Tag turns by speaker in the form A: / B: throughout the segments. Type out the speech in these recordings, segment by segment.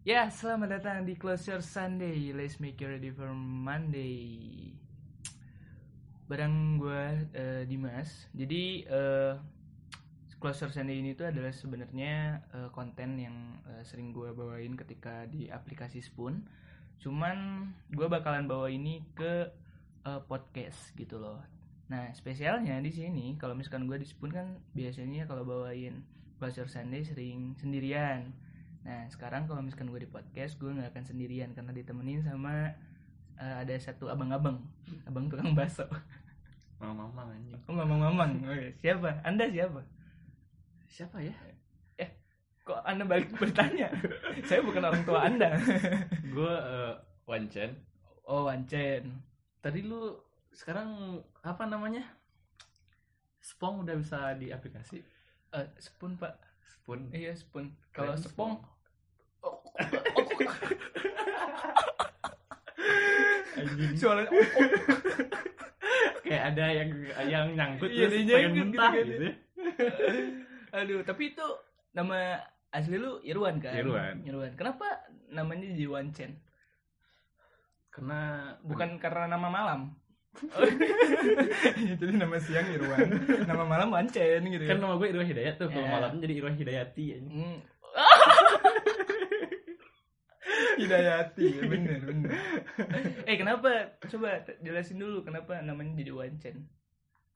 A: Ya, selamat datang di Closure Sunday. Let's make you ready for Monday. Bareng gue eh, Dimas. Jadi eh, Closure Sunday ini tuh adalah sebenarnya eh, konten yang eh, sering gue bawain ketika di aplikasi Spoon. Cuman gue bakalan bawa ini ke eh, podcast gitu loh. Nah, spesialnya di sini kalau misalkan gue di Spoon kan biasanya kalau bawain Closure Sunday sering sendirian. Nah sekarang kalau misalkan gue di podcast gue nggak akan sendirian karena ditemenin sama eh, ada satu abang-abang, abang tukang bakso,
B: Mama-mama anjing.
A: Oh, mamang-mamang. Oke, siapa? Anda siapa?
B: Siapa ya?
A: Kok Anda balik bertanya? Saya bukan orang tua Anda.
B: Gue
A: eh,
B: Wancen.
A: Oh Wancen.
B: Tadi lu sekarang apa namanya? Spong udah bisa di aplikasi.
A: Eh, spoon pak?
B: Spoon.
A: Iya spoon. Kalau
B: Keren,
A: spong?
B: Anjing.
A: Suara
B: Kayak ada yang yang nyangkut
A: Iya,
B: terus
A: dia
B: pengen
A: nyangkut
B: muntah
A: gitu kan.
B: gitu.
A: Aduh, tapi itu nama asli lu Irwan kan?
B: Irwan.
A: Irwan. Kenapa namanya jadi Wancen?
B: Karena
A: Bukan karena nama malam. Jadi nama siang Irwan, nama malam Wancen gitu
B: kan nama gue Irwan Hidayat tuh.
A: Iya.
B: Kalau malam jadi Irwan Hidayati anjing.
A: Hmm. Hidayati, ya bener bener. eh kenapa? Coba t- jelasin dulu kenapa namanya jadi Wancen.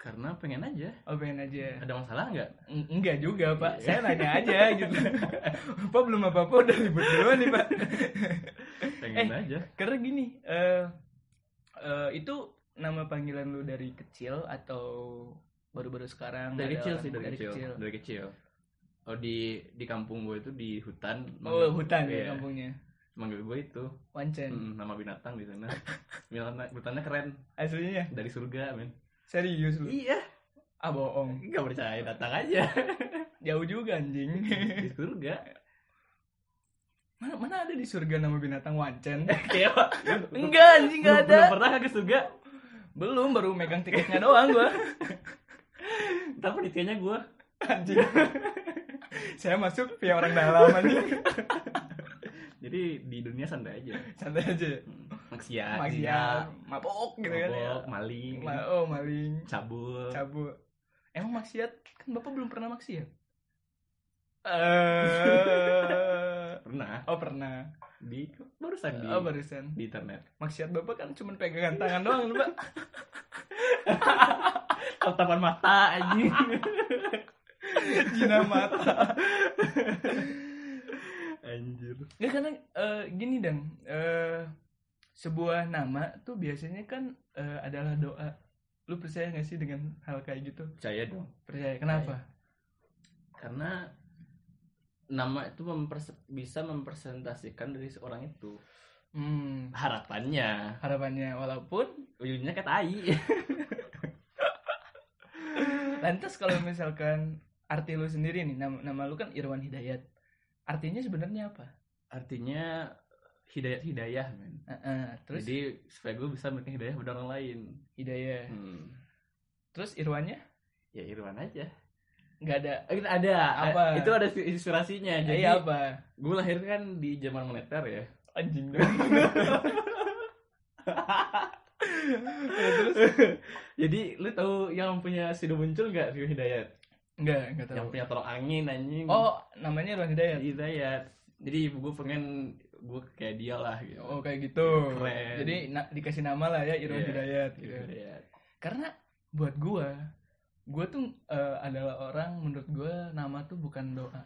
B: Karena pengen aja.
A: Oh pengen aja.
B: Ada masalah nggak?
A: Eng- enggak juga pak, saya nanya aja gitu. Pak belum apa apa udah ribut duluan nih pak.
B: Pengen
A: Eh.
B: aja.
A: Karena gini, eh eh, itu nama panggilan lu dari kecil atau baru-baru sekarang? ada
B: Dari kecil
A: orang-
B: sih dari, kecil. Dari kecil. Oh di di kampung gue itu di hutan.
A: Oh hutan
B: Iya,
A: ya kampungnya,
B: Manggil gue itu.
A: Wancen.
B: Mm, nama binatang di sana. Binatang binatangnya keren
A: Aslinya ya,
B: dari surga, men.
A: serius lu?
B: Iya,
A: Ah bohong.
B: enggak percaya datang aja.
A: Jauh juga anjing.
B: di surga.
A: mana, mana ada di surga nama binatang wancen?
B: Kayak Iya, Pak, lu- lu-
A: Enggak anjing
B: lu
A: enggak ada.
B: belum pernah ke surga.
A: Belum baru megang tiketnya doang gua.
B: Tapi ditanya gue
A: Anjing. Saya masuk via orang dalam anjing.
B: jadi di dunia santai aja. Mm.
A: Santai aja.
B: Maksiat,
A: Maksiat, mabok gitu kan ya.
B: Ah, iya. mabok, maling,
A: Ma- oh maling,
B: cabul.
A: cabut. Emang maksiat kan Bapak belum pernah maksiat? Eh.
B: Pernah
A: oh pernah.
B: di barusan di
A: Oh barusan.
B: di internet.
A: maksiat bapak kan cuma pegangan tangan doang pak
B: Tatapan mata anjing.
A: jina mata
B: Anjir.
A: ya karena eh, gini dang eh, sebuah nama tuh biasanya kan eh, adalah doa lu percaya gak sih dengan hal kayak gitu
B: Percaya dong.
A: percaya kenapa
B: Karena nama itu memperse- bisa mempresentasikan dari seorang itu
A: hmm,
B: harapannya
A: harapannya walaupun
B: ujungnya kayak tai
A: lantas kalau misalkan arti lu sendiri nih nama, nama lu kan Irwan Hidayat artinya sebenarnya apa
B: artinya hidayat hidayah men
A: Eh, eh, terus
B: jadi supaya gue bisa memberikan hidayah pada orang lain
A: Hidayat
B: hmm.
A: terus Irwannya
B: ya Irwan aja
A: nggak ada
B: Eh, ada
A: Apa?
B: Eh, itu ada inspirasinya
A: jadi
B: jadi
A: apa
B: gue lahir kan di zaman moneter ya
A: anjing dong ya, terus
B: jadi lu tahu yang punya Sido muncul nggak Rio Hidayat
A: enggak enggak
B: yang
A: tahu
B: punya tolong angin anjing
A: Gitu. oh namanya Irwan Hidayat
B: Iya. Hidayat jadi ibu gue pengen gue kayak dia lah gitu
A: oh kayak gitu
B: Keren.
A: jadi na- dikasih nama lah ya Irwan
B: Iya,
A: Hidayat
B: Rio
A: gitu
B: Hidayat
A: karena buat gua gua tuh eh, adalah orang menurut gua nama tuh bukan doa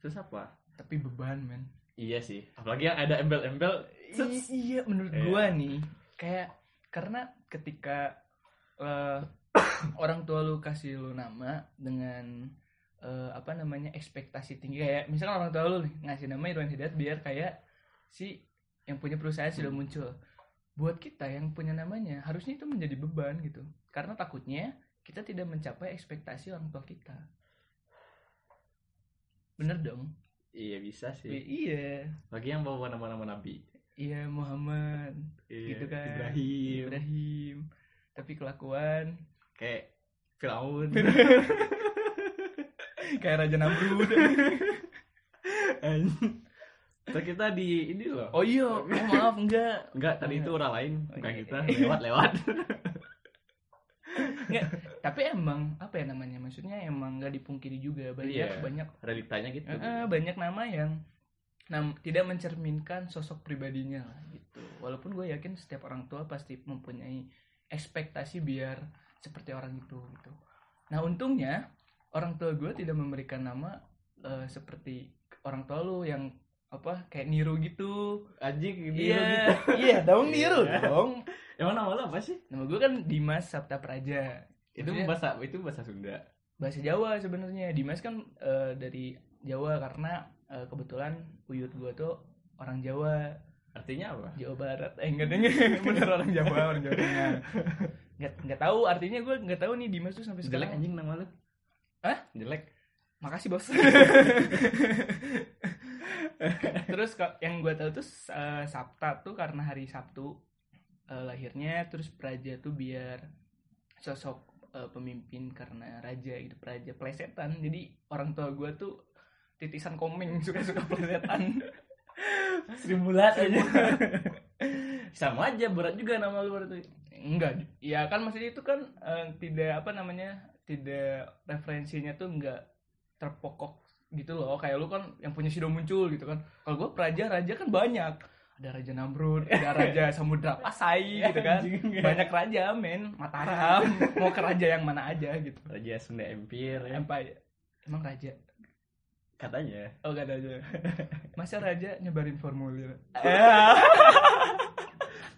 B: terus apa
A: tapi beban men
B: iya sih apalagi yang ada embel-embel
A: I- iya menurut
B: Iya.
A: gua nih kayak karena ketika eh, orang tua lu kasih lu nama dengan eh, apa namanya ekspektasi tinggi kayak misalkan orang tua lu nih ngasih nama Irwan Hidayat biar kayak si yang punya perusahaan sudah muncul buat kita yang punya namanya harusnya itu menjadi beban gitu karena takutnya kita tidak mencapai ekspektasi orang tua kita bener dong
B: iya bisa sih
A: iya
B: lagi yang bawa nama-nama nabi
A: iya Muhammad
B: Iya,
A: Gitu kan.
B: Ibrahim
A: Ibrahim tapi kelakuan
B: kayak Firaun
A: kayak Raja Namrud
B: Anjing. Terus kita di ini loh.
A: Oh iya, oh, maaf enggak.
B: Enggak, tadi
A: Enggak.
B: itu orang lain,
A: Oh,
B: bukan
A: iya.
B: kita. Lewat-lewat.
A: Enggak. Tapi emang apa ya namanya? Maksudnya emang nggak dipungkiri juga banyak
B: Iya.
A: banyak
B: Realitanya gitu.
A: eh, eh, banyak nama yang nam- tidak mencerminkan sosok pribadinya lah gitu. Walaupun gue yakin setiap orang tua pasti mempunyai ekspektasi biar seperti orang itu gitu. Nah untungnya orang tua gue tidak memberikan nama eh, seperti orang tua lu yang apa kayak niru gitu.
B: Anjing biru gitu.
A: Iya, iya dong niru
B: Iya.
A: dong.
B: Emang nama lo apa sih?
A: Nama gue kan Dimas Sabta Praja.
B: Itu
A: Maksudnya-
B: bahasa itu bahasa Sunda.
A: bahasa Jawa sebenarnya Dimas kan eh, dari Jawa karena eh, kebetulan uyut gua tuh orang Jawa
B: Artinya apa?
A: Jawa Barat eh enggak enggak bener orang Jawa orang Jawa Tengah nggak nggak tahu artinya gua nggak tahu nih Dimas tuh sampai
B: Jelek
A: sekarang
B: anjing nama lo.
A: Hah?
B: Jelek.
A: makasih bos terus ka- yang gua tahu tuh eh, Sabta tuh karena hari Sabtu eh, lahirnya terus Praja tuh biar sosok eh, pemimpin karena raja gitu Praja plesetan jadi orang tua gua tuh titisan komeng suka-suka plesetan
B: Sri Mulat aja. Sama aja berat juga nama lu berarti.
A: enggak ya kan maksudnya itu kan eh, tidak apa namanya tidak referensinya tuh enggak terpokok gitu loh kayak lu kan yang punya sido muncul gitu kan kalau gua praja raja kan banyak ada raja namrud ada raja samudra pasai gitu kan banyak raja men mataram mau ke raja yang mana aja gitu
B: Raja Sunda Empire ya.
A: empire emang raja
B: katanya.
A: oh gak ada aja masa raja nyebarin formulir
B: Eh.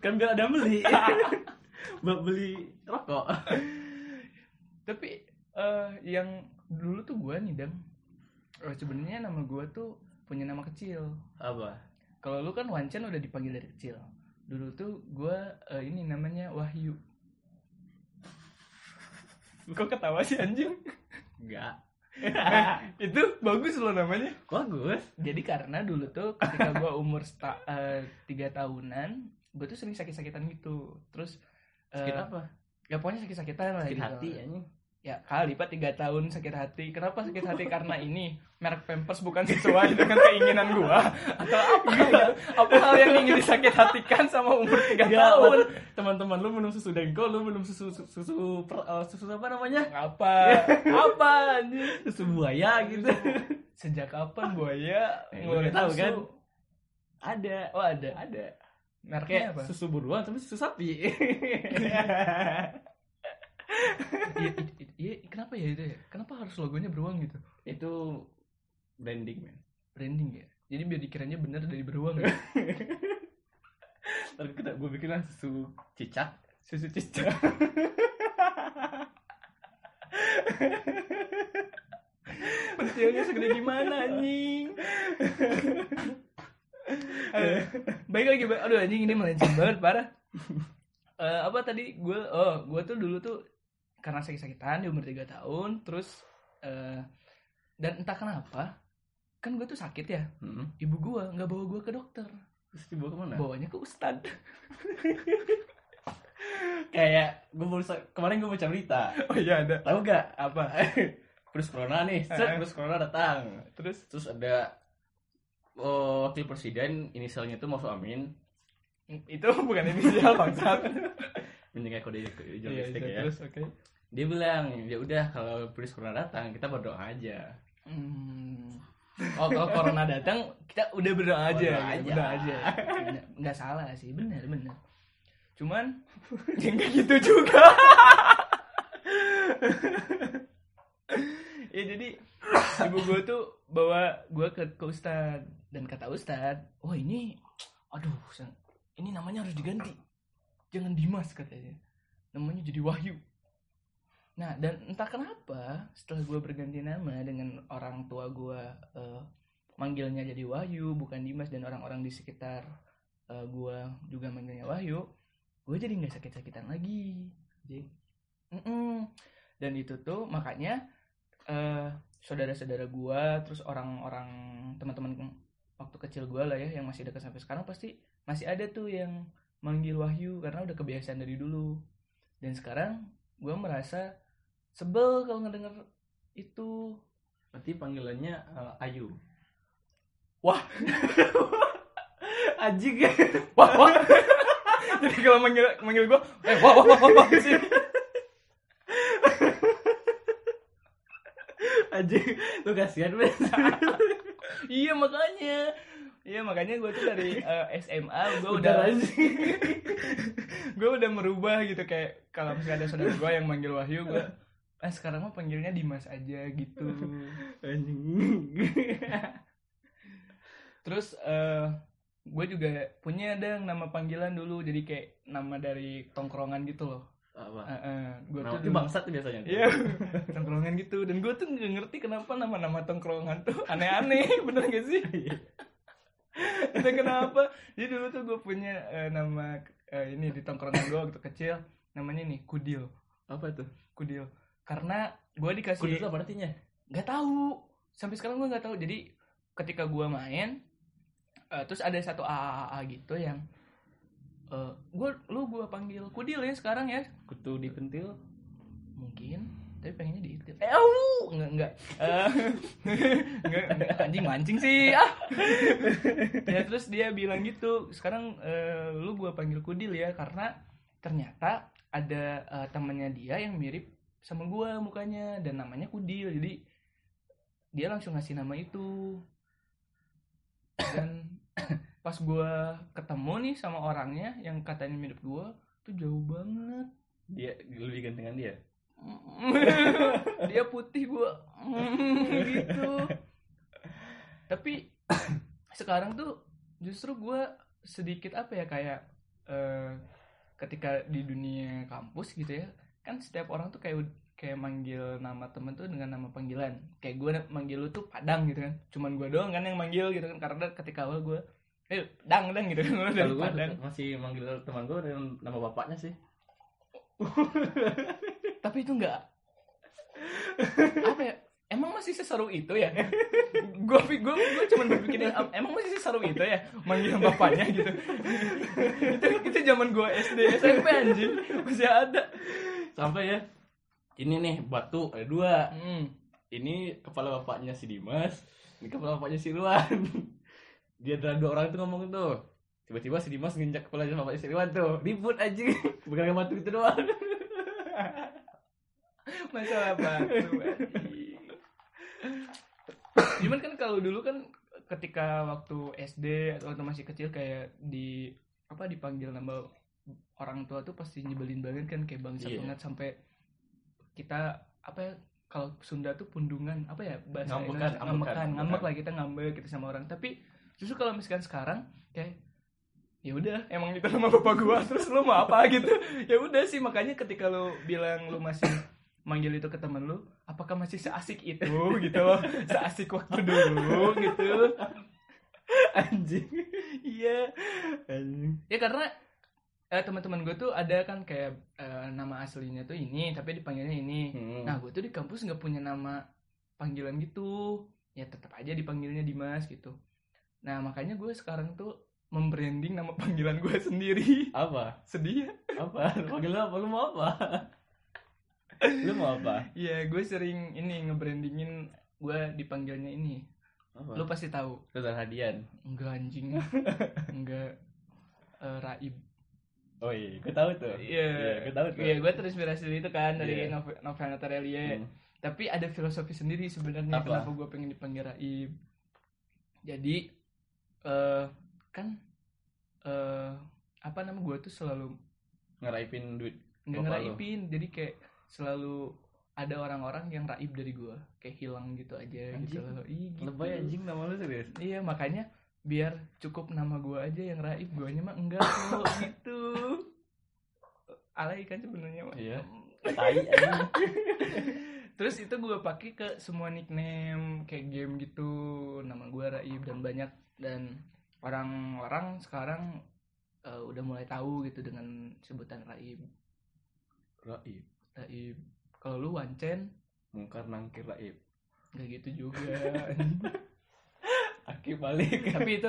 B: Kan biar ada yang beli. Buat beli rokok.
A: tapi eh, yang dulu tuh gua nih dang eh, sebenarnya nama gua tuh punya nama kecil
B: Apa?
A: kalau lu kan Wancan udah dipanggil dari kecil dulu tuh gua eh, ini namanya Wahyu kok ketawa sih anjing
B: Enggak.
A: itu bagus loh namanya
B: Bagus.
A: jadi karena dulu tuh ketika gua umur sta- eh, tiga tahunan gue tuh sering sakit-sakitan gitu terus eh,
B: Sakit apa?
A: ya pokoknya sakit-sakitan lah
B: Sakit
A: gitu.
B: hati anjing.
A: ya kali pak tiga tahun sakit hati kenapa sakit hati karena ini merek pampers bukan sesuai dengan keinginan gua atau apa
B: Iya.
A: gitu. apa hal yang ingin disakit hatikan sama umur tiga
B: Enggak,
A: tahun
B: lu- Iya, teman-teman lu minum susu dengko, lu minum susu susu susu, per- eh, susu apa namanya? Iya.
A: apa apa anjing?
B: Susu buaya gitu.
A: sejak kapan ya? buaya
B: Eh,
A: ngeluarin
B: lu nggak tahu
A: susu?
B: kan? Ada.
A: oh ada
B: Ada.
A: mereknya
B: Kayak
A: apa
B: susu beruang tapi susu sapi.
A: iya i- i- iya, kenapa ya itu ya kenapa harus logonya beruang gitu
B: Itu branding, men.
A: branding ya jadi biar dikiranya benar dari beruang ya?
B: Ntar kita gue bikin lah susu cicak.
A: susu cicak pentilnya segede gimana anjing Aduh, Eh, baik lagi Bang. aduh anjing ini melenceng banget parah Eh, apa tadi gue oh gue tuh dulu tuh karena sakit-sakitan di umur 3 tahun terus eh, dan entah kenapa kan gue tuh sakit ya
B: Heeh.
A: ibu gue nggak bawa gue ke dokter
B: Hmm. Terus dibawa kemana?
A: bawanya ke ustad
B: Kayak gue baru sa- kemarin gue baca berita.
A: oh iya ada
B: Tahu gak?
A: apa
B: Terus corona nih,
A: Eh.
B: set, terus corona datang.
A: terus
B: Terus ada oh, wakil presiden inisialnya itu Mahfud Amin
A: itu bukan inisial bangsat
B: menjaga kode
A: iya
B: jurnalistik ya.
A: terus oke
B: Dia bilang, ya udah kalau virus corona datang kita berdoa aja.
A: Hmm. oh kalau corona datang kita udah berdoa aja
B: Berdoa
A: gitu, berdoa
B: aja.
A: aja Nggak- nggak salah sih benar benar cuman ya nggak gitu juga ya jadi ibu gue tuh bawa gue ke ke ustad dan kata ustad oh ini aduh Sang, ini namanya harus diganti jangan Dimas katanya namanya jadi Wahyu nah dan entah kenapa setelah gue berganti nama dengan orang tua gue eh, manggilnya jadi Wahyu bukan Dimas dan orang-orang di sekitar eh, gue juga manggilnya Wahyu gue jadi nggak sakit-sakitan lagi jadi Mm-mm. dan itu tuh makanya eh, saudara-saudara gue terus orang-orang teman-teman waktu kecil gue lah ya yang masih dekat sampai sekarang pasti masih ada tuh yang manggil Wahyu karena udah kebiasaan dari dulu dan sekarang gue merasa sebel kalau ngedenger itu
B: Berarti panggilannya eh, Ayu.
A: Wah.
B: Anjing ya.
A: Wah, wah. Jadi kalau manggil manggil gue, eh wah wah wah wah, wah sih.
B: Anjing. Lu kasihan banget.
A: iya makanya. Iya makanya gue tuh dari eh, SMA gue
B: Udah
A: udah
B: anjing.
A: gue udah merubah gitu kayak kalau misalnya ada saudara gue yang manggil Wahyu gue ah sekarang mah panggilnya Dimas aja gitu
B: Anjing.
A: terus gue juga punya ada yang nama panggilan dulu jadi kayak nama dari tongkrongan gitu loh
B: Apa?
A: gue
B: Nama
A: tuh
B: itu
A: dulu-
B: bangsat tuh biasanya.
A: Iya, tongkrongan gitu. Dan gue tuh gak ngerti kenapa nama-nama tongkrongan tuh aneh-aneh, bener gak sih? Dan kenapa? Jadi dulu tuh gue punya eh, nama eh, ini di tongkrongan gue waktu kecil, namanya nih Kudil,
B: Apa itu?
A: Kudil. Karena gue dikasih
B: Kudus apa artinya?
A: nggak tahu sampai sekarang gue nggak tahu jadi ketika gue main eh, terus ada satu AAA gitu yang eh gue lu gue panggil kudil ya sekarang ya
B: Kutu dipentil.
A: mungkin tapi pengennya diitil eh au! nggak nggak Eh, nggak nggak. anjing mancing sih ah ya terus dia bilang gitu sekarang eh, lu gue panggil kudil ya karena ternyata ada eh, temannya dia yang mirip sama gue mukanya dan namanya kudil jadi dia langsung ngasih nama itu dan pas gue ketemu nih sama orangnya yang katanya mirip gue tuh jauh banget
B: Dia lebih gantengan dia.
A: dia putih gua gitu tapi sekarang tuh justru gua sedikit apa ya kayak eh, ketika di dunia kampus gitu ya kan setiap orang tuh kayak ud- kayak manggil nama temen tuh dengan nama panggilan kayak gua na- manggil lu tuh padang gitu kan cuman gua doang kan yang manggil gitu kan karena ketika awal gua eh dang dang gitu kan gua dari
B: Kalau gue
A: padang
B: masih manggil teman gue dengan nama bapaknya sih.
A: tapi itu nggak apa ya emang masih seseru itu ya gue gue gue cuman berpikir em- emang masih seseru itu ya manggil bapaknya gitu itu itu zaman gue SD SMP anjing masih ada
B: Sampai ya. Ini nih batu ada dua.
A: hmm.
B: Ini kepala bapaknya si Dimas. Ini kepala bapaknya si Irwan. Dia ada dua orang itu ngomong tuh. Tiba-tiba si Dimas nginjak kepala bapaknya si Irwan tuh. Ribut anjing. Bukan batu itu doang.
A: masalah batu anjing. cuman kan kalau dulu kan ketika waktu SD atau waktu masih kecil kayak di apa dipanggil nama orang tua tuh pasti nyebelin banget kan kayak bangsa
B: Iya.
A: banget sampai kita apa ya kalau Sunda tuh pundungan apa ya bahasa
B: Ngambekan,
A: Indonesia
B: ngambekan,
A: ngambekan ngambek
B: ngambekan.
A: lah kita ngambek kita sama orang tapi justru kalau misalkan sekarang kayak ya udah emang itu nama bapak gua terus lu mau apa gitu ya udah sih makanya ketika lu bilang lu masih manggil itu ke temen lu apakah masih seasik itu gitu loh seasik waktu dulu gitu
B: Anjing.
A: iya
B: Anjing.
A: ya karena eh, teman-teman gue tuh ada kan kayak eh, nama aslinya tuh ini tapi dipanggilnya ini
B: Hmm.
A: Nah, gue tuh di kampus nggak punya nama panggilan gitu. Ya tetap aja dipanggilnya Dimas gitu. Nah, makanya gue sekarang tuh membranding nama panggilan gue sendiri.
B: apa?
A: Sedih ya?
B: apa panggil lu apa lu mau apa lu mau apa
A: Iya, gue sering ini ngebrandingin gue dipanggilnya ini.
B: apa
A: Lo pasti tahu.
B: Sultan Hadian
A: Enggak anjing. Enggak eh, Raib.
B: oh iya gue tahu tuh
A: Iya.
B: gue tahu tuh
A: Iya, gue terinspirasi dari itu kan dari
B: Iya.
A: novel, novel Natalia.
B: Hmm.
A: tapi ada filosofi sendiri sebenarnya
B: Apa?
A: kenapa gue pengen dipanggil Raib jadi eh kan eh apa nama gue tuh selalu
B: ngeraipin duit
A: nggak
B: Bapak
A: ngeraibin jadi kayak selalu ada orang-orang yang raib dari gue kayak hilang gitu aja gitu
B: Anjing.
A: loh Ih, gitu.
B: lebay anjing nama lu serius
A: iya makanya biar cukup nama gue aja yang raib guanya mah enggak kok gitu alay kan sebenarnya mah
B: iya tai anjing
A: Terus itu gue pakai ke semua nickname kayak game gitu, nama gue Raib dan banyak dan orang-orang sekarang eh, udah mulai tahu gitu dengan sebutan Raib.
B: raib
A: Raib. Kalau lu Wancen
B: mungkar nangkir iya. raib
A: nggak gitu juga.
B: aki balik
A: Tapi itu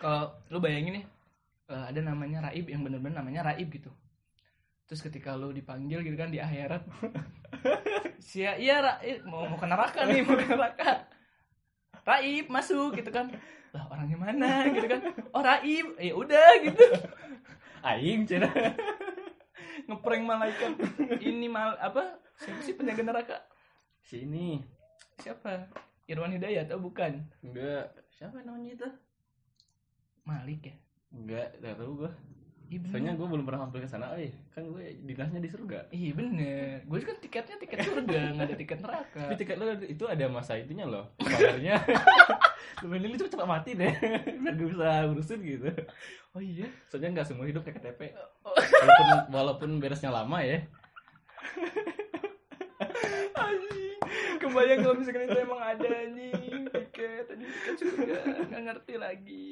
A: kalau lu bayangin nih eh, ada namanya Raib yang bener-bener namanya Raib gitu. Terus ketika lu dipanggil gitu kan di akhirat ya, Sia, iya Raib mau mau ke neraka nih, mau ke neraka. Raib masuk gitu kan lah orangnya mana gitu kan oh Raib ya udah gitu
B: Aing cina.
A: ngeprank malaikat ini mal apa siapa sih penjaga neraka
B: Sini.
A: siapa Irwan Hidayat atau bukan
B: Enggak. Siapa namanya itu?
A: Malik ya
B: Enggak, enggak tahu gua.
A: iya bener
B: Soalnya gua belum pernah hampir ke sana. Eh, kan gua dinasnya di surga.
A: iya bener gue kan tiketnya tiket surga nggak ada tiket neraka
B: Tapi tiket lo itu ada masa itunya loh. Bayarnya. Lu milih itu cepat mati deh. Biar gua bisa urusin gitu.
A: oh iya
B: Soalnya enggak semua hidup kayak KTP. Walaupun, walaupun beresnya lama ya.
A: anjing kebayang kalau misalkan itu emang ada anjing tiket anjing tiket surga nggak ngerti lagi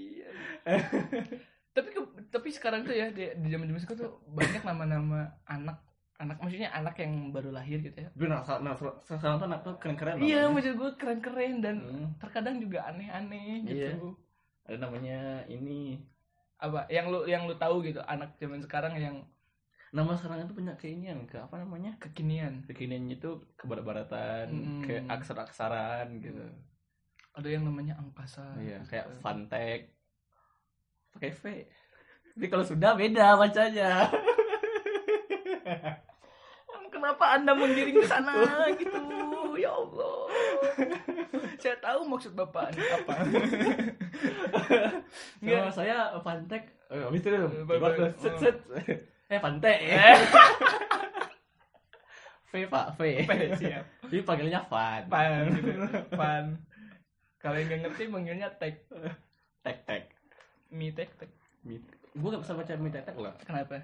A: anjing. tapi ke- tapi sekarang tuh ya di di zaman zaman sekarang tuh banyak nama-nama anak anak maksudnya anak yang baru lahir gitu ya
B: Gue nasa, nasa, sekarang tuh anak tuh keren-keren
A: iya
B: namanya.
A: maksud gue keren-keren dan
B: Hmm.
A: terkadang juga aneh-aneh gitu
B: Iya. Ada namanya ini.
A: apa yang lu yang lu tahu gitu anak zaman sekarang yang
B: Nama sekarang itu punya keinginan ke apa namanya?
A: kekinian
B: Kekiniannya itu kebarat-baratan,
A: Hmm.
B: ke aksara-aksaran gitu.
A: ada yang namanya angkasa
B: Iya,
A: gitu.
B: kayak Fantech. Pakai V. Tapi kalau sudah beda bacanya.
A: Kenapa Anda menggiring ke sana gitu? Ya Allah. Saya tahu maksud Bapak Anda apa.
B: Sama
A: Enggak.
B: saya Fantech. Eh, habis itu dong.
A: Eh,
B: Keluar
A: bye-bye.
B: tuh, Set set. Eh, Fantech.
A: Eh,
B: V, Pak, V.
A: ya, siap.
B: Tapi panggilnya Fan.
A: Pan gitu. Pan. Kalau yang nggak ngerti manggilnya tek
B: Tek tek.
A: mi tek tek.
B: Gue gak bisa baca mie tetek lah.
A: Kenapa?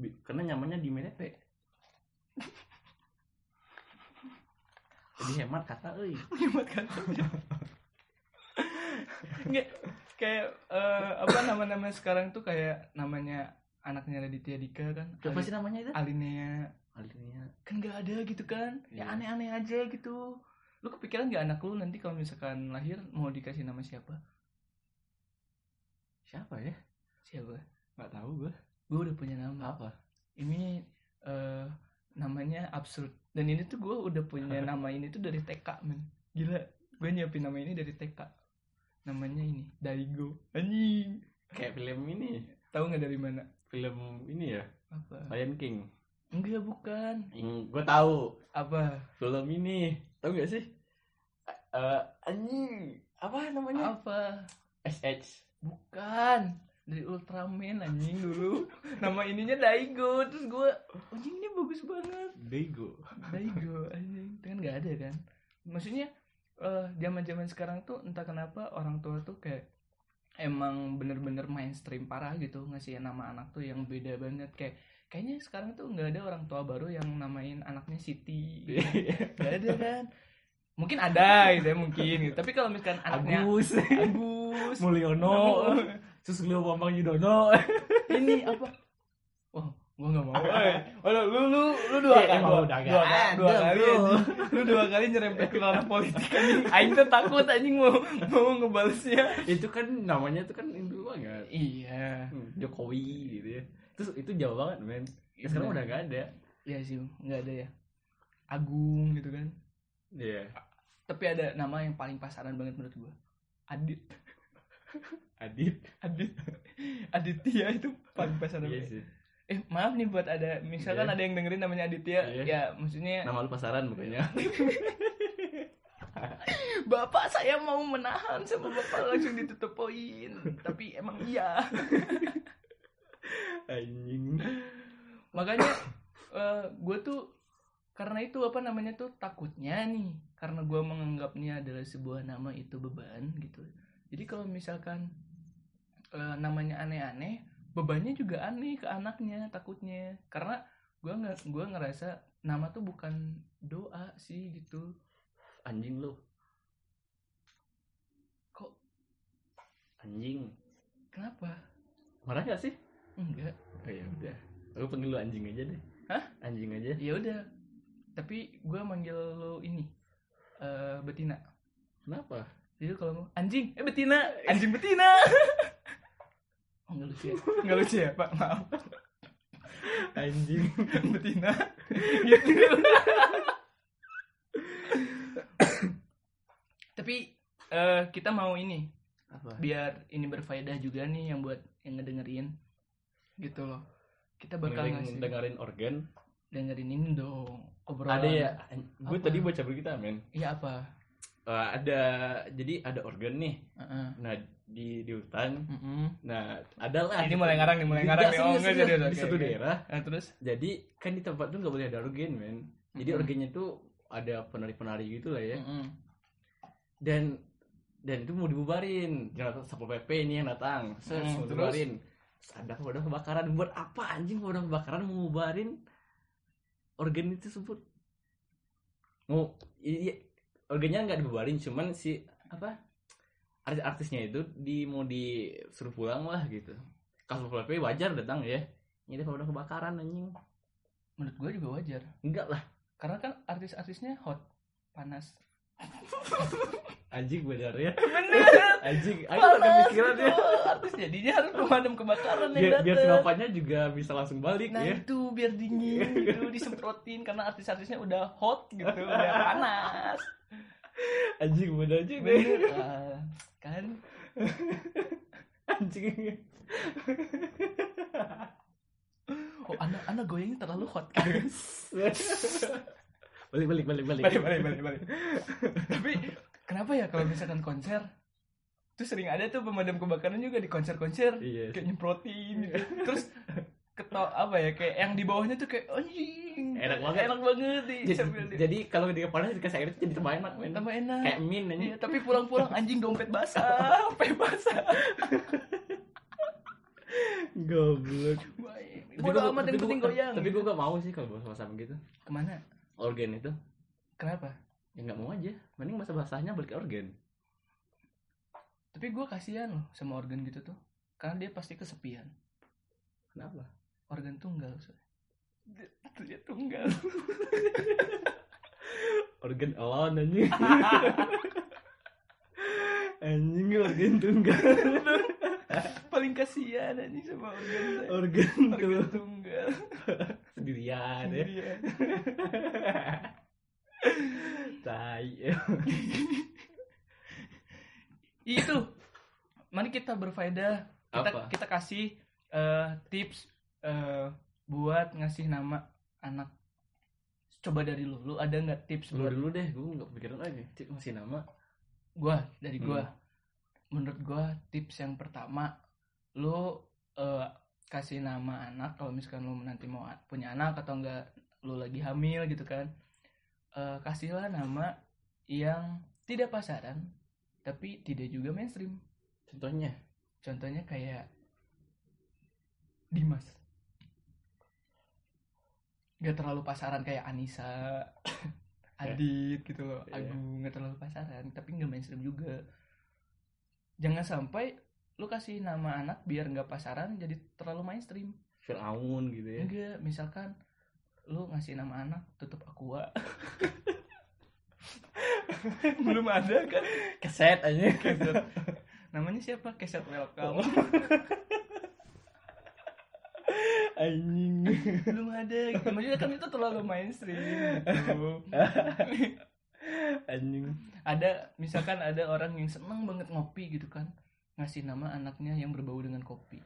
B: Bi- Karena nyamannya di mie tetek. Jadi hemat kata, euy.
A: Nyumat kan. Enggak kayak eh, apa nama-nama sekarang tuh kayak namanya anaknya Raditya Dika kan.
B: Apa sih namanya itu?
A: Alinea
B: Alinea.
A: kan nggak ada gitu kan ya
B: Iya.
A: aneh-aneh aja gitu lu kepikiran nggak anak lu nanti kalau misalkan lahir mau dikasih nama siapa
B: Siapa ya?
A: siapa
B: Gak tahu gue.
A: gue udah punya nama
B: Apa?
A: ini eh namanya absurd dan ini tuh gue udah punya nama ini tuh dari TK men gila gue nyiapin nama ini dari TK namanya ini Daigo anjing
B: Kayak film ini.
A: tahu nggak dari mana
B: Film ini ya?
A: apa
B: Lion King.
A: enggak bukan
B: Hmm, gue tahu
A: apa
B: film ini. Tahu gak sih? Eh, anjing. Apa namanya?
A: apa
B: SH.
A: Bukan dari Ultraman anjing dulu. Nama ininya Daigo. Terus gue anjing ini bagus banget.
B: Dego.
A: Daigo anjing. Kan nggak ada kan. Maksudnya eh, zaman-zaman sekarang tuh entah kenapa orang tua tuh kayak emang bener-bener mainstream parah gitu ngasih nama anak tuh yang beda banget kayak kayaknya sekarang tuh nggak ada orang tua baru yang namain anaknya Siti gitu. nggak ada kan mungkin ada gitu ya mungkin gitu. tapi kalau misalkan anaknya
B: Agus.
A: Agus
B: Mulyono. Susilo Bambang Yudhoyono.
A: ini apa wah gua nggak mau eh. oh, lu lu lu, Eh, lu dua kali
B: Ya, emang
A: dua,
B: udah nggak
A: dua, kali- dua
B: ada,
A: kali
B: bro.
A: anjing. lu dua kali nyerempet ke ranah politik anjing aing tuh takut anjing mau mau ngebalesnya
B: itu kan namanya itu kan Indo banget.
A: iya
B: Hmm, Jokowi gitu ya. Terus itu jauh banget men. Ya, sekarang udah gak ada.
A: iya sih nggak ada ya Agung gitu kan
B: Iya.
A: tapi ada nama yang paling pasaran banget menurut gua Adit
B: Adit.
A: Adit Aditya itu paling pasaran
B: Iya
A: banget.
B: sih.
A: eh maaf nih buat ada misalkan
B: Iya.
A: ada yang dengerin namanya Aditya
B: Iya.
A: ya maksudnya
B: Nama lu pasaran bukannya?
A: Bapak saya mau menahan sama bapak langsung ditutup poin. Tapi emang iya.
B: Anjing.
A: Makanya gue tuh karena itu apa namanya tuh takutnya nih karena gue menganggapnya adalah sebuah nama itu beban gitu. Jadi kalau misalkan eh, namanya aneh-aneh, bebannya juga aneh ke anaknya takutnya. Karena gue nggak gue ngerasa nama tuh bukan doa sih gitu.
B: Anjing lu.
A: Kok
B: Anjing.
A: kenapa?
B: Marah gak sih?
A: Enggak.
B: Oh ya udah. Aku panggil lu anjing aja deh.
A: Hah?
B: Anjing aja.
A: ya udah tapi gue manggil lo ini eh betina
B: Kenapa?
A: jadi Iya, kalau mau anjing eh betina anjing betina oh, nggak lucu ya nggak lucu ya pak maaf
B: Anjing.
A: betina gitu tapi eh, kita mau ini
B: Apa?
A: biar ini berfaedah juga nih yang buat yang ngedengerin gitu loh kita bakal
B: Dengerin,
A: ngasih
B: dengerin organ.
A: dengerin ini dong obrolan
B: Ada ya. Gue
A: Apa?
B: tadi baca berita men.
A: iya apa
B: Eh, ada jadi ada organ nih.
A: Heeh.
B: Nah di di hutan.
A: Mm-mm.
B: Nah adalah.
A: Ah, ini mulai ngarang nih mulai ngarang nih oh
B: Enggak,
A: enggak
B: serius,
A: serius
B: serius. Di
A: oke,
B: satu
A: oke.
B: daerah.
A: Nah, terus
B: Jadi kan di tempat tuh nggak boleh ada organ men. Jadi
A: Mm-mm.
B: organnya tuh ada penari-penari gitu lah ya.
A: Mm-mm.
B: dan dan itu mau dibubarin jangan satpol pp ini yang datang
A: Hmm,
B: Terus mau
A: terus?
B: dibubarin Terus ada pemadam kebakaran buat apa anjing pemadam kebakaran mau bubarin organ itu sebut mau iya organnya nggak dibubarin cuman si apa artis-artisnya itu di mau disuruh pulang lah gitu kalau satpol pp wajar datang ya ini ada pemadam kebakaran anjing
A: menurut gue juga wajar
B: enggak lah
A: karena kan artis-artisnya hot panas
B: anjing benar ya
A: bener
B: anjing aku
A: panas
B: nggak kepikiran
A: gitu.
B: ya
A: artis jadinya harus pemadam kebakaran yang
B: biar, biar si
A: datang.
B: bapaknya juga bisa langsung balik
A: Nah
B: ya
A: itu biar dingin
B: Iya.
A: gitu disemprotin karena artis-artisnya udah hot gitu, udah panas.
B: anjing bener aja deh
A: Iya, Bener ah, kan?
B: anjing
A: Oh anak anak goyangnya terlalu hot kan?
B: balik balik balik balik
A: Balik, balik, balik, balik. Tapi kenapa ya kalau misalkan konser tuh sering ada tuh pemadam kebakaran juga di konser-konser
B: Iya.
A: kayak nyemprotin gitu. Terus ketok apa ya kayak yang di bawahnya tuh kayak anjing
B: Enak banget.
A: enak banget di
B: jadi,
A: sambil di-
B: jadi kalau dia panas dikasih air itu jadi tambah enak men
A: tambah enak
B: kayak min anjing
A: Iya, tapi pulang-pulang anjing dompet basah, sampai basah.
B: goblok
A: Bodo amat yang penting goyang.
B: tapi gue gak mau sih kalau bahasa bahasa begitu
A: kemana?
B: organ itu
A: Kenapa?
B: ya nggak mau aja mending bahasa bahasanya balik ke organ
A: Tapi gue kasihan loh sama organ gitu tuh. Karena dia pasti kesepian.
B: kenapa
A: Organ tunggal. Soalnya. Dia, dia tunggal.
B: organ alone anjing anjing organ tunggal
A: Paling kasihan aja sama organ. saya.
B: organ
A: Organ
B: tunggal
A: tunggal. Iya.
B: sendirian ya
A: Sendirian.
B: tai
A: Itu. Mari kita berfaedah. Kita,
B: Apa?
A: kita kasih eh, tips eh, buat ngasih nama anak. Coba dari lu. Lu ada nggak tips
B: lu
A: buat
B: dulu deh gue nggak kepikiran lagi Cik, masih nama
A: gua dari
B: Hmm.
A: gua menurut gua tips yang pertama lu eh, kasih nama anak kalau misalkan lu nanti mau a- punya anak atau enggak lu lagi hamil gitu kan Eh, kasihlah nama yang tidak pasaran tapi tidak juga mainstream
B: contohnya
A: contohnya kayak Dimas gak terlalu pasaran kayak Anissa Adit gitu loh
B: Iya.
A: Agung gak terlalu pasaran tapi gak mainstream juga jangan sampai lu kasih nama anak biar nggak pasaran jadi terlalu mainstream
B: Fir'aun gitu ya
A: enggak misalkan lu ngasih nama anak tutup aqua belum ada kan
B: keset aja
A: Keset. namanya siapa keset welcome Oh.
B: anjing
A: belum ada gitu. maksudnya kan itu terlalu mainstream gitu
B: anjing
A: ada misalkan ada orang yang seneng banget ngopi gitu kan ngasih nama anaknya yang berbau dengan kopi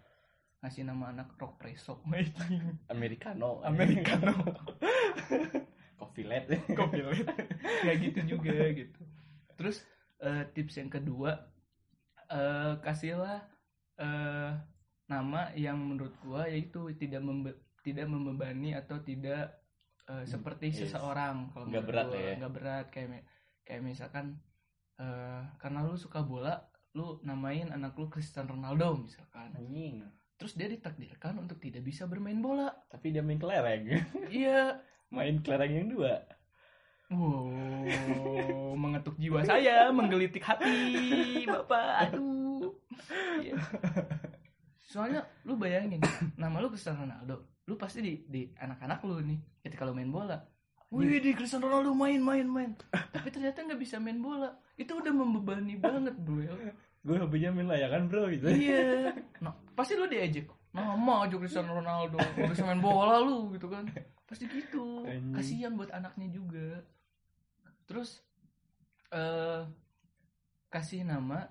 A: ngasih nama anak rock preso anjing.
B: americano
A: americano
B: coffee latte
A: kopi led nggak gitu juga gitu terus eh, tips yang kedua eh, kasihlah eh, nama yang menurut gua yaitu tidak membe- tidak membebani atau tidak eh, seperti
B: Hmm, Yes.
A: seseorang kalau
B: Nggak
A: menurut
B: berat
A: gua.
B: lah ya.
A: nggak berat kayak mi- kayak misalkan eh, karena lu suka bola lu namain anak lu Cristiano Ronaldo misalkan
B: anjing
A: terus dia ditakdirkan untuk tidak bisa bermain bola
B: tapi dia main kelereng
A: iya
B: main kelereng yang dua
A: Wow, mengetuk jiwa saya, menggelitik hati, bapak. Aduh. Iya. Soalnya lu bayangin, nama lu Cristiano Ronaldo, lu pasti di, di anak-anak lu nih, ketika lu main bola. Wih, di Cristiano Ronaldo main, main, main. Tapi ternyata nggak bisa main bola. Itu udah membebani banget, bro. ya.
B: gue hobinya main layangan bro gitu
A: Iya. Nah, pasti lu diejek. Nama aja Cristiano Ronaldo, nggak bisa main bola lu gitu kan. Pasti gitu.
B: Anjing.
A: Kasihan buat anaknya juga. Terus eh kasih nama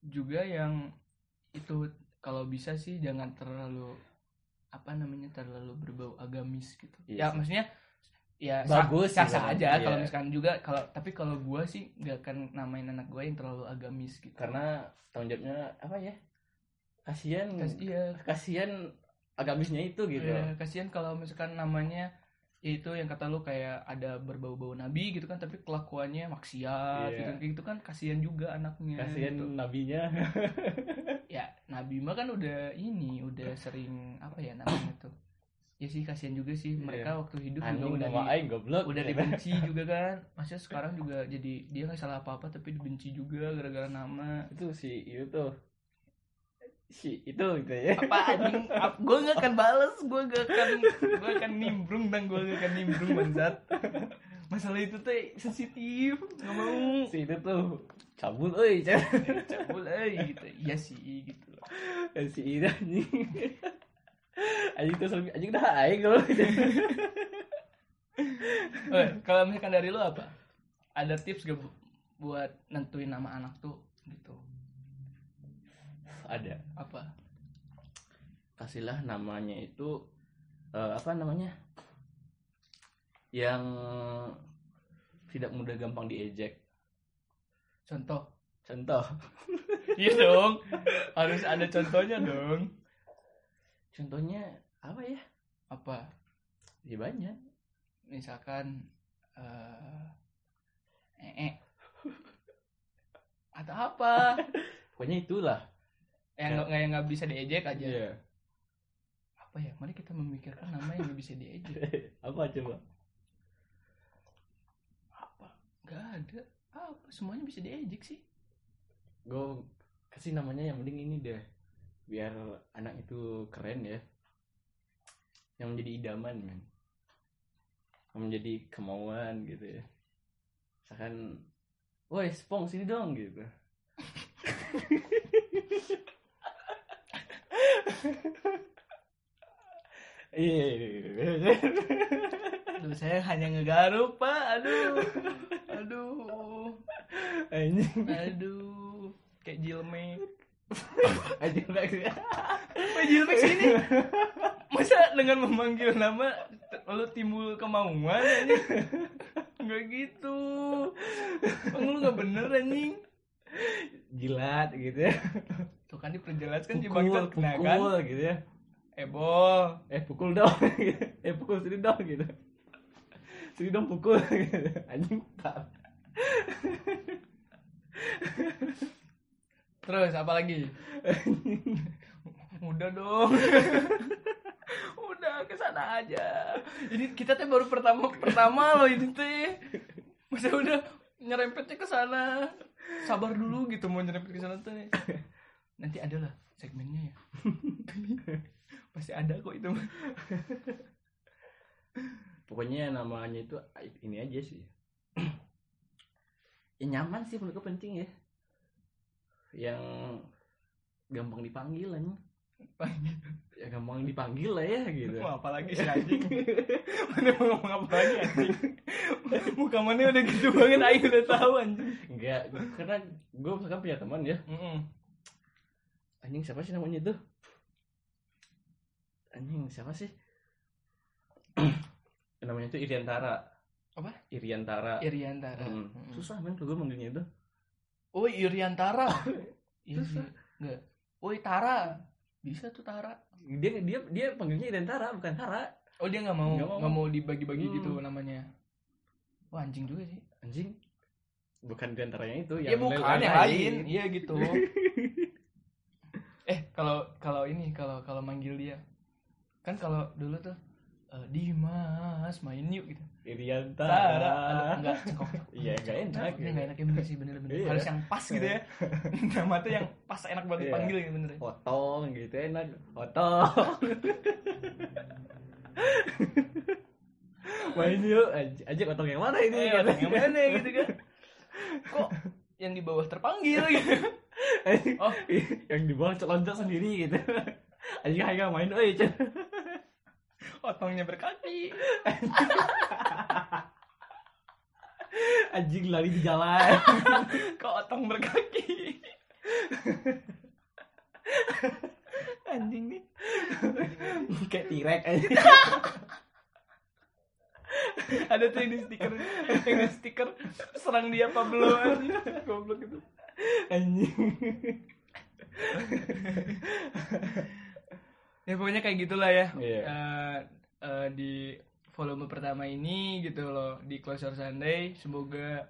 A: juga yang itu kalau bisa sih jangan terlalu apa namanya terlalu berbau agamis gitu
B: Iya
A: ya
B: sih.
A: maksudnya ya
B: Bagus sih
A: sah, sah
B: sebenarnya,
A: aja
B: iya.
A: kalau misalkan juga kalau tapi kalau gua sih nggak akan namain anak gua yang terlalu agamis gitu
B: karena tanggung jawabnya apa ya kasihan
A: Kas- iya
B: kasihan agamisnya itu gitu
A: Iya, kasihan kalau misalkan namanya ya itu yang kata lu kayak ada berbau-bau nabi gitu kan tapi kelakuannya maksiat
B: Iya.
A: gitu Kayak gitu kan kasihan juga anaknya
B: kasihan
A: gitu.
B: nabinya
A: ya nabi mah kan udah ini udah sering apa ya namanya tuh ya sih kasihan juga sih
B: Iya.
A: mereka waktu hidup
B: anjing
A: juga udah
B: nama
A: di-
B: aing goblok gitu.
A: udah dibenci juga kan maksudnya sekarang juga jadi dia nggak salah apa-apa tapi dibenci juga gara-gara nama
B: itu si itu tuh si itu gitu ya
A: apa anjing gue gak akan balas gue gak akan gue akan nimbrung dan gue gak akan nimbrung manzat masalah itu teh sensitif nggak mau
B: si itu tuh cabul euy si
A: cabul eh gitu iya sih gitu loh
B: itu anjing anjing terus lebih anjing dah aing goblok gitu.
A: Eh, kalau misalkan dari lu apa ada tips gak bu- buat nentuin nama anak tuh gitu
B: ada
A: apa
B: kasihlah namanya itu eh, apa namanya yang tidak mudah gampang diejek
A: contoh
B: contoh
A: iya dong harus ada contohnya dong
B: contohnya apa ya
A: apa
B: ya banyak
A: misalkan eh ee atau apa
B: pokoknya itulah
A: yang nggak yang nggak bisa diejek aja
B: Iya.
A: apa ya mari kita memikirkan nama yang nggak bisa diejek
B: apa coba
A: apa nggak ada apa semuanya bisa diejek sih
B: gue kasih namanya yang mending ini deh biar anak itu keren ya yang menjadi idaman men yang menjadi kemauan gitu ya misalkan woi spong sini dong gitu iya iya, iya, iya.
A: aduh saya hanya ngegaruk pak aduh aduh
B: anjing
A: aduh kayak jilmek
B: anjing ya. anjing.
A: Pak jilmek sini masa dengan memanggil nama lalu timbul kemauan anjing nggak gitu Bang, lu nggak bener anjing
B: jilat gitu ya
A: tuh kan diperjelas kan
B: pukul
A: jebak kan
B: pukul gitu ya
A: Ebo,
B: eh pukul dong eh pukul sini dong gitu sini dong pukul gitu. anjing tak
A: terus apa lagi? Udah dong. Udah kesana aja. Ini kita teh baru pertama pertama loh ini teh. Masa udah nyerempetnya ke sana. Sabar dulu gitu mau nyerempet ke sana teh. Nanti ada lah segmennya ya. Pasti ada kok itu. mah.
B: pokoknya namanya itu ini aja sih ya nyaman sih menurutku penting ya yang gampang dipanggil anjing
A: Panggil.
B: ya gampang dipanggil lah ya gitu
A: Mau apa lagi sih anjing? Mana mau ngomong apa lagi anjing? Muka mana udah gitu banget aing udah tahu anjing.
B: enggak karena gue misalkan punya teman ya
A: Mm-mm.
B: anjing siapa sih namanya itu anjing siapa sih namanya itu Iriantara
A: Apa?
B: Iriantara
A: Iriantara.
B: Hmm.
A: Mm-mm.
B: susah men kalau gue manggilnya itu
A: Woi Iriantara. Iya
B: Terus?
A: sih. Enggak. Woi Tara. Bisa tuh Tara.
B: dia dia dia panggilnya Iriantara bukan Tara
A: Oh dia nggak mau
B: Nggak mau.
A: nggak mau dibagi-bagi
B: Hmm.
A: gitu namanya. Wah anjing juga sih.
B: anjing bukan Iriantaranya itu
A: Iya
B: yang
A: bukan yang lain. Iya gitu. eh kalau kalau ini kalau kalau manggil dia kan kalau dulu tuh eh, Dimas main yuk gitu. Tara, aduh,
B: Iriantara
A: enggak cengkok.
B: Ah. Iya, nggak enak
A: Ini
B: ya.
A: nggak enak ya bener sih bener-bener.
B: Iya.
A: Harus yang pas gitu ya. Nama tuh yang pas enak buat
B: Iya.
A: dipanggil gitu bener.
B: potong gitu enak potong main yuk Aj- ajak potong yang mana ini
A: Eh, orang yang mana gitu kan kok yang di bawah terpanggil gitu
B: oh yang di bawah loncat sendiri gitu anjing Haikal main oi
A: otongnya berkaki
B: anjing lari di jalan
A: kok otong berkaki anjing nih
B: kayak tirek aja
A: ada tuh yang di stiker yang di stiker serang dia Pablo anjing goblok itu
B: anjing
A: ya pokoknya kayak gitulah ya
B: Iya.
A: Eh, eh, di volume pertama ini gitu loh di closer Sunday semoga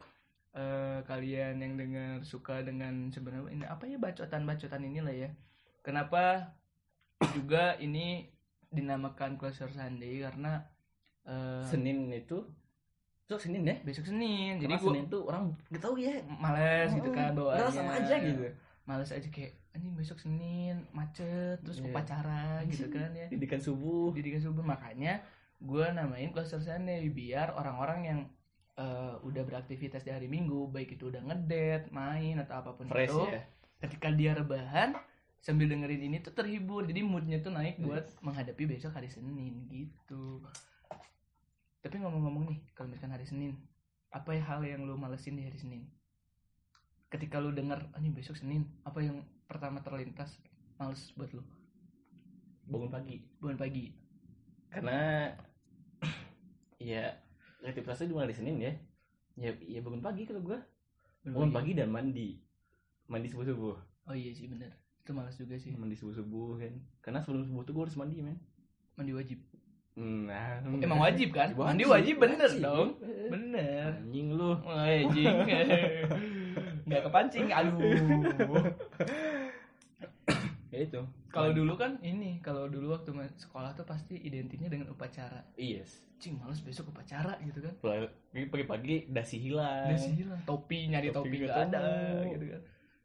A: eh, kalian yang dengar suka dengan sebenarnya ini apa ya bacotan-bacotan inilah ya kenapa juga ini dinamakan closer Sunday karena eh,
B: Senin itu besok Senin ya
A: besok Senin
B: jadi
A: jadi gue
B: Senin tuh orang gak tau ya
A: males gitu kan bawaannya
B: Padahal sama aja gitu
A: males aja kayak anjing besok Senin macet terus
B: Iya.
A: upacara gitu kan ya
B: didikan subuh
A: pendidikan subuh makanya gue namain cluster Sunday biar orang-orang yang eh, udah beraktivitas di hari Minggu baik itu udah ngedet main atau apapun
B: fresh
A: itu
B: ya
A: ketika dia rebahan sambil dengerin ini tuh terhibur jadi moodnya tuh naik
B: Iya.
A: buat menghadapi besok hari Senin gitu tapi ngomong-ngomong nih kalau misalkan hari Senin apa ya hal yang lu malesin di hari Senin ketika lu denger anjing besok Senin apa yang pertama terlintas males buat lu
B: bangun pagi
A: bangun pagi
B: karena ya aktivitasnya cuma di Senin ya ya ya bangun pagi kalau gua bangun pagi dan mandi mandi subuh subuh
A: Oh iya sih bener Itu malas juga sih
B: mandi subuh subuh kan karena sebelum subuh tuh gua harus mandi men
A: Mandi wajib
B: nah
A: Emang wajib kan? Mandi wajib bener dong Bener
B: anjing lu
A: Wah jing Gak kepancing Aduh
B: ya itu
A: Kalau dulu kan ini Kalau dulu waktu ma- sekolah tuh pasti identiknya dengan upacara
B: Iya, yes
A: Cing males besok upacara gitu kan
B: Pula- pagi-pagi dasi hilang
A: Udah sih hilang Topi nyari
B: Topi
A: topi,
B: nggak
A: gak ada
B: ketemu.
A: gitu kan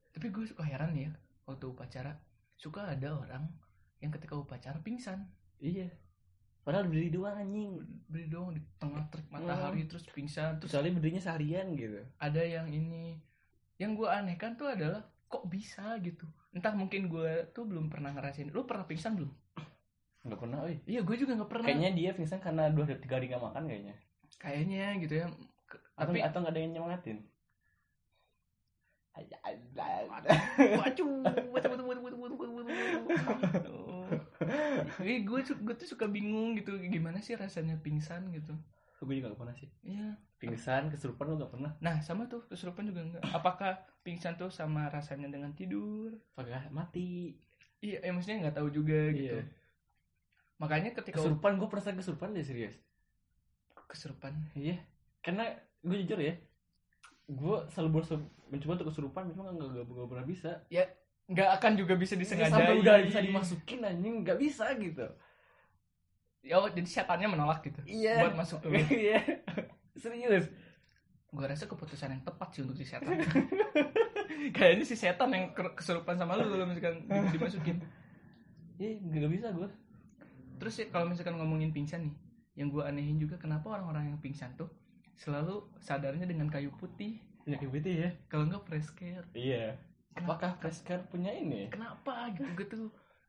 A: Tapi gue suka heran ya Waktu upacara Suka ada orang Yang ketika upacara pingsan
B: iya padahal berdiri doang anjing
A: Beli dong di tengah terik matahari Terus pingsan Terus
B: soalnya berdirinya seharian gitu
A: ada yang ini yang gue anehkan tuh adalah kok bisa gitu entah mungkin gue tuh belum pernah ngerasain lu pernah pingsan belum
B: nggak pernah oi
A: iya gue juga nggak pernah
B: kayaknya dia pingsan karena dua tiga hari nggak makan kayaknya
A: Kayaknya gitu ya Ke-
B: atau
A: tapi
B: atau nggak ada yang nyemangatin
A: wacu wacu wacu wacu wacu wacu gue gue tuh suka bingung gitu gimana sih rasanya pingsan gitu
B: gue juga gak pernah sih
A: Iya.
B: pingsan kesurupan gue gak pernah
A: Nah, sama tuh kesurupan juga enggak. Apakah pingsan tuh sama rasanya dengan tidur?
B: apakah mati
A: Iya, eh, maksudnya nggak tahu juga gitu.
B: Iya.
A: Makanya ketika
B: kesurupan gue pernah kesurupan deh serius
A: kesurupan
B: iya karena gue jujur ya gue selalu berusaha mencoba untuk kesurupan cuma nggak nggak nggak pernah bisa
A: nggak akan juga bisa disengaja Iya,
B: sampai udah bisa dimasukin anjing nggak bisa gitu
A: ya oh, jadi setannya menolak gitu
B: iya
A: buat masuk tuh
B: iya serius
A: gue rasa keputusan yang tepat sih untuk si setan kayaknya si setan yang ker- kesurupan sama lu kalau misalkan di- dimasukin
B: iya nggak bisa gue
A: terus sih kalau misalkan ngomongin pingsan nih yang gue anehin juga kenapa orang-orang yang pingsan tuh selalu sadarnya dengan kayu putih
B: penyakit BT ya
A: kalau nggak fresh care
B: iya apakah Prescar punya ini
A: kenapa gitu gitu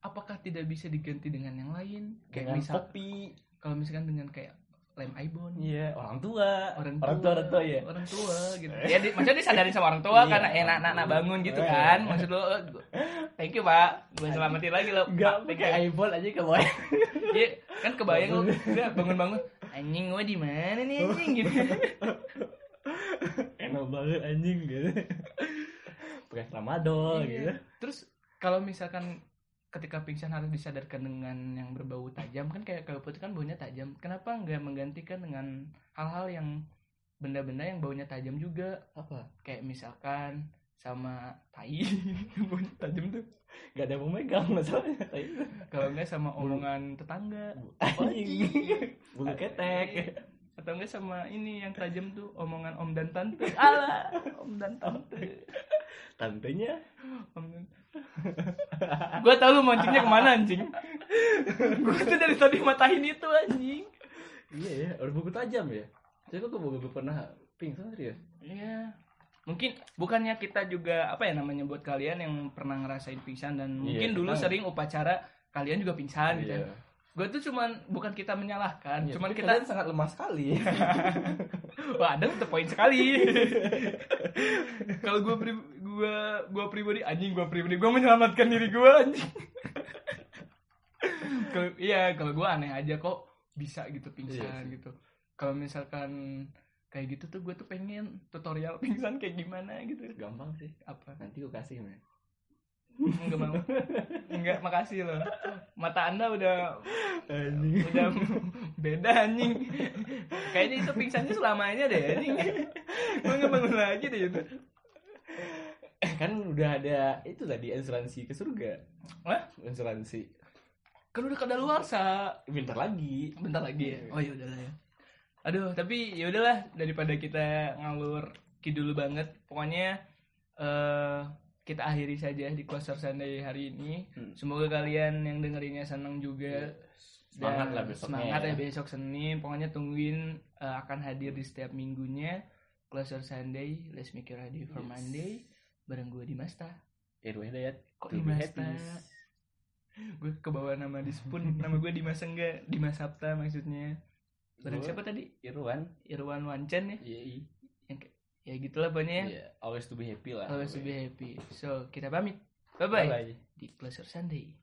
A: apakah tidak bisa diganti dengan yang lain kayak
B: dengan
A: misal
B: kopi
A: kalau misalkan dengan kayak lem ibon
B: iya orang tua
A: orang tua
B: orang tua orang tua ya
A: orang tua gitu ya di, maksudnya disadarin sama orang tua
B: Iya,
A: karena
B: orang
A: enak anak anak
B: tua.
A: bangun gitu
B: Iya.
A: kan maksud lo eh, gua- thank you pak gue selamatin lagi lo
B: Enggak,
A: pak, thank
B: pakai
A: you.
B: eyeball aja ke bawah.
A: Iya, kan kebayang lo bangun bangun anjing gue di mana
B: Oh.
A: nih anjing gitu
B: Enak banget anjing gitu. pakai
A: Iya.
B: tramadol gitu.
A: terus kalau misalkan ketika pingsan harus disadarkan dengan yang berbau tajam kan kayak kayu putih kan baunya tajam kenapa nggak menggantikan dengan hal-hal yang benda-benda yang baunya tajam juga
B: Apa?
A: kayak misalkan sama tai baunya tajam tuh
B: Gak ada yang mau megang masalahnya. tai.
A: kalau enggak sama omongan tetangga
B: Hmm. Anjing. Bulu ketek.
A: atau enggak sama ini yang tajam tuh omongan om dan tante ala om dan tante
B: Tantenya
A: om dan... gue tau lu mancingnya kemana anjing gue tuh dari tadi matahin itu anjing
B: iya ya, udah buku tajam ya. Saya kok gue gue pernah pingsan serius.
A: Iya. Mungkin bukannya kita juga apa ya namanya buat kalian yang pernah ngerasain pingsan dan
B: Iya,
A: mungkin dulu
B: kita-
A: sering upacara kalian juga pingsan gitu. ya. gue tuh cuman bukan kita menyalahkan
B: Ya,
A: cuman
B: Iya. tapi
A: kita
B: kalian sangat lemah sekali
A: wah ada tuh poin sekali kalau gue pri gue gue pribadi anjing gue pribadi gue menyelamatkan diri gue anjing Kalau- iya kalau gue aneh aja kok bisa gitu
B: Iya
A: pingsan
B: sih.
A: gitu kalau misalkan kayak gitu tuh gue tuh pengen tutorial pingsan kayak gimana gitu
B: gampang sih
A: apa
B: nanti gue kasih men
A: Enggak mau. Enggak, makasih loh. Mata Anda udah
B: anjing
A: udah beda anjing. Kayaknya itu pingsannya selamanya deh anjing. Gue nggak bangun lagi deh itu.
B: kan udah ada itu tadi asuransi ke surga
A: Hah?
B: asuransi
A: Kan udah kadaluarsa.
B: bentar lagi
A: Bentar lagi ya. Oh
B: iya,
A: ya udahlah ya. Aduh, tapi ya udahlah daripada kita ngalur kidul banget. Pokoknya eh kita akhiri saja di closer Sunday hari ini.
B: Hmm. Iya.
A: Semoga kalian yang dengerinnya senang juga.
B: Semangat
A: Dan
B: lah besoknya
A: Semangat ya
B: ya.
A: besok Senin. Pokoknya tungguin eh, akan hadir di setiap minggunya. Closer Sunday, Let's Make It Ready for
B: Yes.
A: Monday. Bareng gue Dimasta.
B: Irwa Hidayat
A: Kok
B: to be
A: Dimasta?
B: happy.
A: Gue kebawa nama di Spoon. nama gue Dimas enggak. Dimas Sapta maksudnya. Bareng
B: Gua
A: siapa tadi?
B: Irwan
A: Irwan Wancan ya.
B: Iya,
A: Yang kayak- ya gitulah
B: iya.
A: pokoknya.
B: Iya, always to be happy lah
A: Always be happy. So, kita pamit. Bye-bye.
B: Bye-bye.
A: Di Closer Sunday.